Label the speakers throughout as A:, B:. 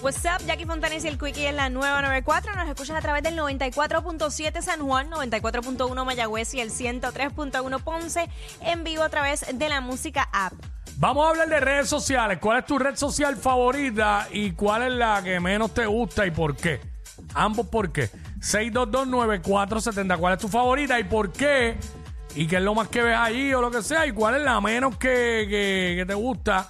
A: What's up, Jackie Fontanes y el Quickie en la 994. Nos escuchas a través del 94.7 San Juan, 94.1 Mayagüez y el 103.1 Ponce en vivo a través de la música app.
B: Vamos a hablar de redes sociales. ¿Cuál es tu red social favorita y cuál es la que menos te gusta y por qué? Ambos por qué. 6229470. ¿Cuál es tu favorita y por qué? ¿Y qué es lo más que ves allí o lo que sea? ¿Y cuál es la menos que, que- que te gusta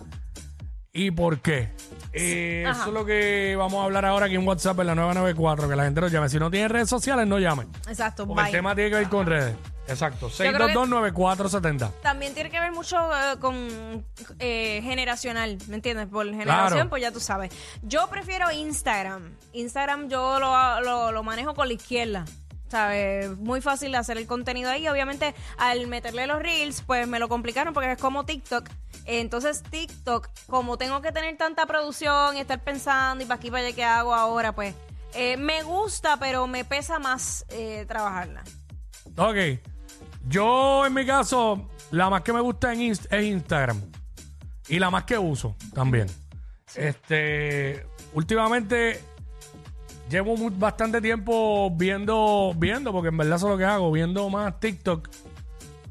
B: y por qué? Eh, eso es lo que vamos a hablar ahora aquí en WhatsApp en la 994. Que la gente lo llame. Si no tiene redes sociales, no llamen.
A: Exacto,
B: Porque el
A: bye.
B: tema tiene que ver con redes. Exacto.
A: creo que-
B: 6229470.
A: También tiene que ver mucho eh, con eh, generacional, ¿me entiendes? Por generación,
B: Claro.
A: pues ya tú sabes. Yo prefiero Instagram. Instagram yo lo, lo- lo manejo con la izquierda. ¿Sabes? Muy fácil de hacer el contenido ahí. Obviamente, al meterle los reels, pues me lo complicaron porque es como TikTok. Entonces, TikTok, como tengo que tener tanta producción y estar pensando y para aquí, para allá, ¿qué hago ahora? Pues eh, me gusta, pero me pesa más eh, trabajarla.
B: Ok. Yo, en mi caso, la más que me gusta en Inst- es Instagram. Y la más que uso también. Este. Últimamente. Llevo mu- bastante tiempo viendo, viendo, porque en verdad eso es lo que hago, viendo más TikTok.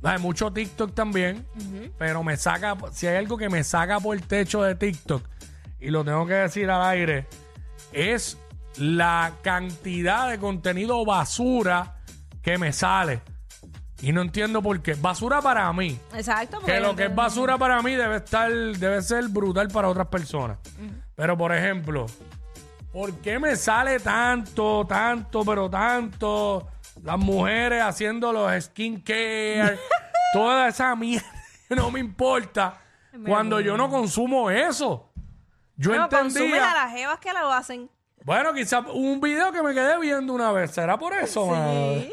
B: Hay mucho TikTok también, pero me saca, si hay algo que me saca por el techo de TikTok, y lo tengo que decir al aire, es la cantidad de contenido basura que me sale. Y no entiendo por qué. Basura para mí.
A: Exacto.
B: Que
A: porque-
B: lo que es basura para mí debe estar, debe ser brutal para otras personas. Pero por ejemplo, ¿por qué me sale tanto, tanto, pero tanto las mujeres haciendo los skincare, toda esa mierda? No me importa. Cuando yo no consumo eso. Yo
A: No, consumen a
B: entendía.
A: las jevas que lo hacen.
B: Bueno, quizás un video que me quedé viendo una vez. ¿Será por eso, madre?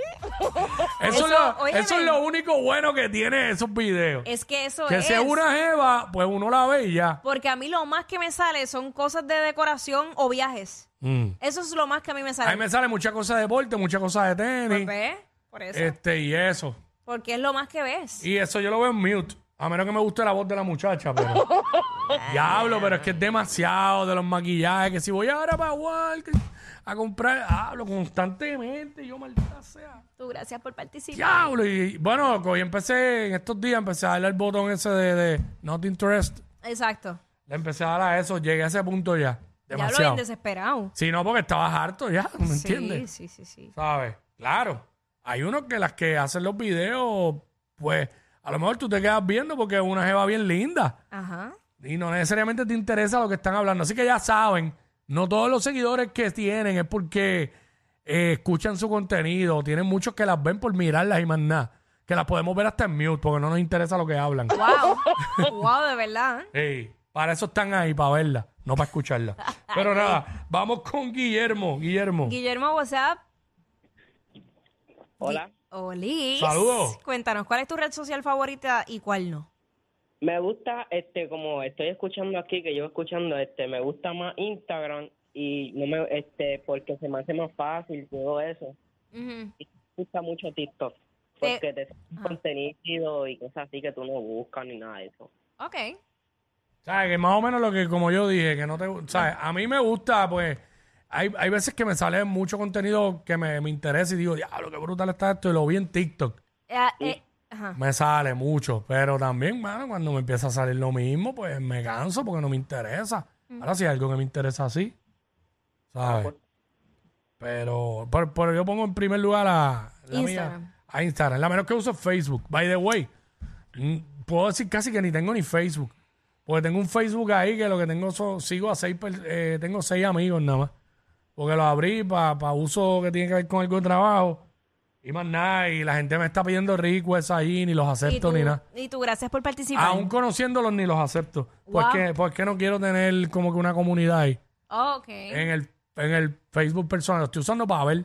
B: Eso,
A: Eso,
B: es lo-
A: óyeme.
B: eso es lo único bueno que tiene esos videos.
A: Es que eso
B: Que
A: es.
B: sea una jeva, pues uno la ve y ya.
A: Porque a mí lo más que me sale son cosas de decoración o viajes.
B: Mm.
A: Eso es lo más que a mí me
B: A mí
A: sale.
B: me sale muchas cosas de deporte, muchas cosas de
A: Pues,
B: tenis.
A: ¿ves? Por eso.
B: Este, y eso.
A: Porque es lo más que ves.
B: Y eso yo lo veo en mute. A menos que me guste la voz de la muchacha, pero. Diablo, pero es que es demasiado de los maquillajes. Que si voy ahora para Walker a comprar, hablo constantemente. Yo, maldita sea.
A: Tú, gracias por participar.
B: Diablo. Y bueno, hoy empecé, en estos días empecé a darle al botón ese de, de Not Interest.
A: Exacto.
B: Le empecé a dar a eso. Llegué a ese punto ya.
A: Ya lo bien
B: Demasiado.
A: desesperado.
B: Si no, porque estabas harto ya, ¿me entiendes?
A: Sí, sí, sí, sí.
B: ¿Sabes? Claro. Hay unos que las que hacen los videos, pues a lo mejor tú te quedas viendo porque es una jeva bien linda
A: Ajá.
B: y no necesariamente te interesa lo que están hablando. Así que ya saben, no todos los seguidores que tienen es porque eh, escuchan su contenido. Tienen muchos que las ven por mirarlas y más nada. Que las podemos ver hasta en mute porque no nos interesa lo que hablan.
A: Wow. wow, de verdad. ¿eh?
B: Ey, para eso están ahí, para verla, no para escucharla. Pero nada, vamos con Guillermo. Guillermo.
A: Guillermo, WhatsApp.
C: Hola.
A: Olis.
B: Saludos.
A: Cuéntanos, ¿cuál es tu red social favorita y cuál no?
C: Me gusta, este, como estoy escuchando aquí, que yo escuchando, este, me gusta más Instagram y no me, este, porque se me hace más fácil todo eso.
A: Ujú.
C: Y me gusta mucho TikTok porque te sale contenido y cosas así que tú no buscas ni nada de eso.
A: Ok. Eh,
B: ¿Sabes? Que más o menos lo que, como yo dije, que no te. ¿Sabes? A mí me gusta, pues. Hay, hay veces que me sale mucho contenido que me, me interesa y digo, diablo, qué brutal está esto. Y lo vi en TikTok.
A: Eh, eh, ajá.
B: Me sale mucho. Pero también, mano, cuando me empieza a salir lo mismo, pues me canso porque no me interesa.
A: Mm.
B: Ahora sí, hay algo que me interesa así. ¿Sabes? Pero, pero, pero yo pongo en primer lugar a, la
A: Instagram.
B: mía- a Instagram. La menos que uso es Facebook. By the way, mm, puedo decir casi que ni tengo ni Facebook. Porque tengo un Facebook ahí que lo que tengo son, sigo a seis, per- eh, tengo seis amigos nada más. Porque lo abrí para uso que tiene que ver con algo de trabajo. Y más nada, y la gente me está pidiendo requests ahí, ni los
A: Y
B: acepto
A: tú,
B: ni nada. Ah,
A: y tú, gracias por participar.
B: Aún conociéndolos ni los acepto.
A: Wow.
B: Porque, porque no quiero tener como que una comunidad ahí.
A: Oh, ok.
B: En el, en el Facebook personal. Lo estoy usando para ver.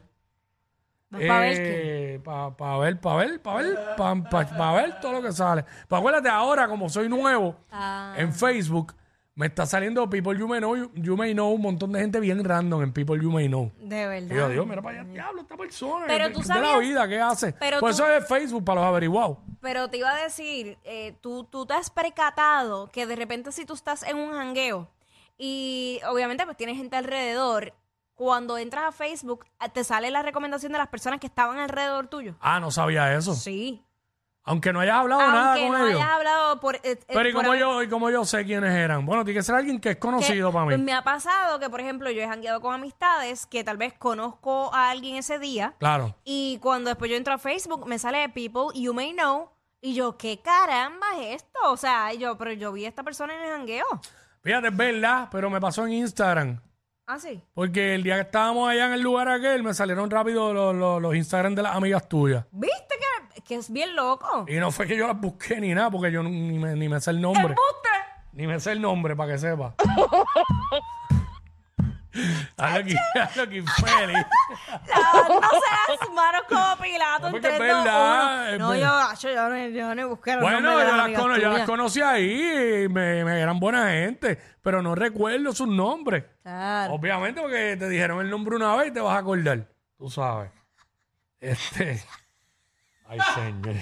A: Vas pa'
B: eh,
A: ver qué.
B: Para ver, para ver, para ver, para ver todo lo que sale. Pero acuérdate, ahora como soy nuevo
A: Ah.
B: en Facebook, me está saliendo People You May Know, You- You May Know, un montón de gente bien random en People You May Know.
A: De
B: Y yo
A: verdad.
B: digo, mira para allá, diablo, esta persona.
A: Pero
B: ¿qué-
A: tú
B: de la
A: sabías-
B: vida, ¿qué hace?
A: pero
B: Por
A: tú-
B: eso es Facebook para los averiguados.
A: Pero te iba a decir, eh, tú, tú te has percatado que de repente si tú estás en un jangueo Y obviamente pues tienes gente alrededor. Cuando entras a Facebook, ah, te sale la recomendación de las personas que estaban alrededor tuyo.
B: Ah, no sabía eso.
A: Sí.
B: Aunque no hayas hablado nada
A: Aunque
B: con
A: no
B: ellos.
A: hayas hablado por... eh, eh,
B: Pero ¿y
A: por
B: cómo,
A: haber-
B: yo, ¿y cómo yo sé quiénes eran? Bueno, tiene que ser alguien que es
A: que,
B: conocido para mí.
A: pues, me ha pasado que, por ejemplo, yo he jangueado con amistades que tal vez conozco a alguien ese día
B: Claro.
A: y cuando después yo entro a Facebook me sale People You May Know y yo, ¿qué caramba es esto? O sea, y yo, pero yo vi a esta persona en el jangueo.
B: Fíjate, es verdad, pero me pasó en Instagram.
A: Ah, sí.
B: Porque el día que estábamos allá en el lugar aquel, me salieron rápido los, los- los Instagram de las amigas tuyas.
A: ¿Viste que, que es bien loco?
B: Y no fue que yo las busqué ni nada, porque yo no- ni me, ni me sé el nombre. Ni me sé el nombre, para que sepa. Hazlo aquí, hazlo aquí, Feli.
A: Ah, no seas malo como Pilato
B: No,
A: en
B: porque es
A: 3, 2,
B: verdad,
A: 1.
B: es
A: No, yo,
B: verdad.
A: yo, yo, no- yo no busqué los
B: Bueno,
A: nombres de
B: yo las,
A: amigas
B: cono- yo las
A: tuyas.
B: conocí ahí, y me, me eran buena gente, pero no recuerdo sus nombres.
A: Claro.
B: Obviamente, porque te dijeron el nombre una vez y te vas a acordar. Tú sabes. Este. Ay, señor.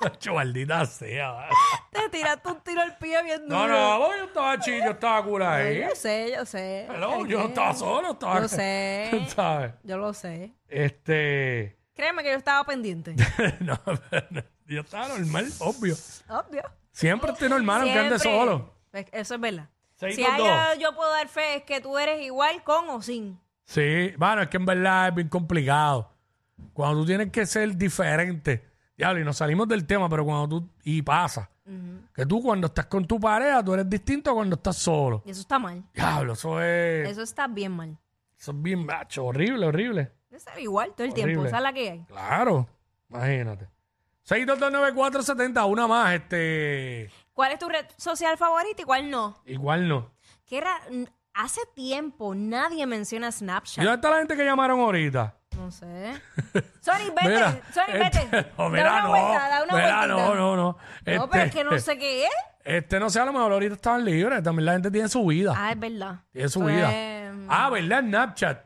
B: Chacho, maldita sea.
A: Te tiraste un tiro al pie bien duro.
B: Oh. No, no, yo estaba chido, yo estaba cura ahí.
A: Yo sé, yo sé.
B: Pero
A: Ay,
B: yo no
A: qué.
B: estaba solo, estaba.
A: Yo sé.
B: ¿Sabes?
A: Yo lo sé.
B: Este.
A: Créeme que yo estaba pendiente.
B: no, pero yo estaba normal, obvio.
A: Obvio.
B: Siempre estoy normal, aunque ande
A: Siempre.
B: solo.
A: Pues Eso es verdad.
B: Seis,
A: si
B: dos,
A: hay
B: dos.
A: algo yo puedo dar fe es que tú eres igual con o sin.
B: Sí, bueno, es que en verdad es bien complicado. Cuando tú tienes que ser diferente, diablo, y nos salimos del tema, pero cuando tú, y pasa, que tú cuando estás con tu pareja, tú eres distinto a cuando estás solo.
A: Y eso está mal.
B: Diablo, eso es,
A: Eso está bien mal.
B: eso es bien macho, horrible, horrible.
A: Debe ser igual todo el tiempo.
B: Horrible.
A: Esa es la que hay.
B: Claro, imagínate. 6229470, una más, este,
A: ¿Cuál es tu red social favorita y cuál no?
B: igual no.
A: Que era. Hace tiempo nadie menciona
B: ¿Y
A: Snapchat.
B: dónde está la gente que llamaron ahorita?
A: No sé. Sony, vete. Sony, vete.
B: este- no, mira,
A: da una
B: no,
A: vuelta, da una
B: mira,
A: vueltita.
B: no, no, no.
A: No, pero es
B: Este-
A: que no sé qué es.
B: Este, no sé, a lo mejor ahorita estaban libres. También la gente tiene su vida.
A: Ah, es verdad.
B: tiene su
A: Pues,
B: vida. Ah, ¿verdad? Snapchat.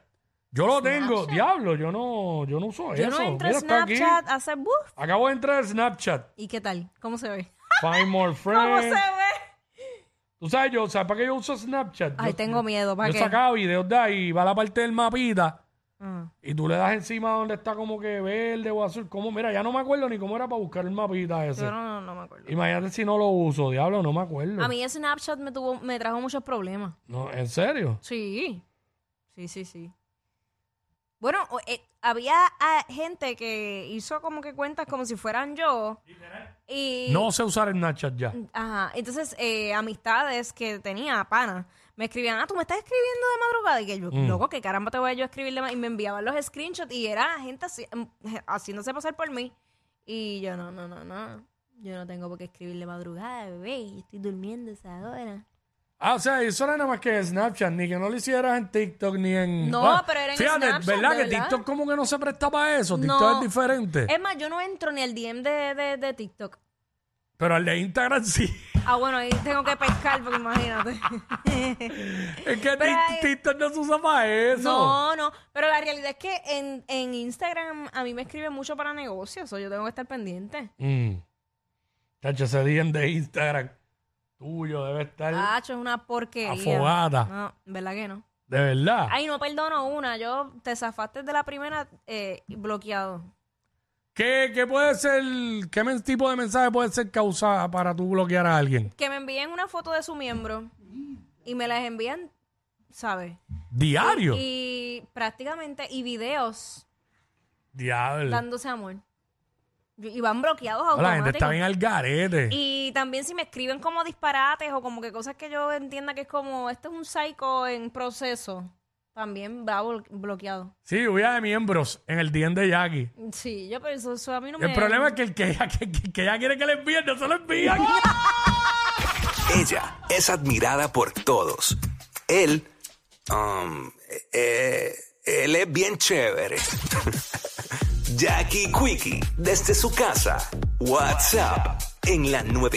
B: Yo lo tengo. Diablo, yo no, yo no uso
A: Yo
B: eso.
A: no entro a
B: Mira, está aquí.
A: Snapchat a hacer buff.
B: Acabo de entrar a Snapchat.
A: ¿Y qué tal? ¿Cómo se ve?
B: Find more
A: ¿Cómo se
B: friends.
A: ve?
B: Tú sabes, yo, ¿sabes para qué yo uso Snapchat?
A: Ay,
B: yo,
A: tengo miedo. ¿Para
B: Yo
A: qué?
B: sacaba videos de ahí, va a la parte del mapita
A: Ah.
B: y tú le das encima donde está como que verde o azul. ¿Cómo? Mira, ya no me acuerdo ni cómo era para buscar el mapita ese.
A: Yo no, no, no me acuerdo.
B: Imagínate si no lo uso, diablo, no me acuerdo.
A: A mí Snapchat me, tuvo, me trajo muchos problemas.
B: No, ¿En serio?
A: Sí. Sí, sí, sí. Bueno, o- eh, había ah, gente que hizo como que cuentas como si fueran yo. Y,
B: No sé usar Snapchat ya.
A: Ajá. Entonces, eh, amistades que tenía, pana, me escribían, ah, tú me estás escribiendo de madrugada. Y que yo, loco, que caramba te voy a yo a escribir de ma-?" Y me enviaban los screenshots y era gente así- em, haciéndose pasar por mí. Y yo, no, no, no, no. Yo no tengo por qué escribir de madrugada, bebé. Yo estoy durmiendo a esa hora.
B: Ah, o sea, eso era nada más que Snapchat, ni que no lo hicieras en TikTok, ni en...
A: No, pero era en
B: fíjate,
A: Snapchat, de
B: ¿verdad? que
A: verdad.
B: TikTok como que no se presta para eso, TikTok
A: No. Eh.
B: es diferente.
A: Es más, yo no entro ni al DM de, de, de TikTok.
B: Pero al de Instagram sí.
A: Ah, bueno, ahí tengo que pescar, porque imagínate.
B: es que
A: Pero
B: Tik-
A: hay-
B: TikTok no se usa para eso.
A: No, no. Pero la realidad es que en, en Instagram a mí me escriben mucho para negocios. O yo tengo que estar pendiente.
B: Mm. Chacho, ese día de Instagram tuyo debe estar
A: Tacho, es una porquería.
B: afogada.
A: No, ¿verdad que no?
B: De verdad.
A: Ay, no perdono una. Yo te zafaste de la primera eh, bloqueado.
B: ¿Qué, qué puede ser, qué men- tipo de mensaje puede ser causada para tú bloquear a alguien?
A: Que me envíen una foto de su miembro y me las envían, ¿sabes?
B: Diario.
A: Y prácticamente, y videos
B: Diablo.
A: dándose amor. Y y van bloqueados
B: La gente está
A: automáticamente.
B: bien al garete.
A: Y también si me escriben como disparates o como que cosas que yo entienda que es como, este es un psycho en proceso, también va bol- bloqueado.
B: Sí, lluvia de miembros en el DM de Jackie.
A: Sí, yo pero eso, eso a mí no
B: El
A: me...
B: problema es que el que ella, que, que- que ella quiere que le envíen, no se lo envían.
D: Ella es admirada por todos. Él, um, eh, él es bien chévere. Jackie Quickie, desde su casa. WhatsApp, en la 9.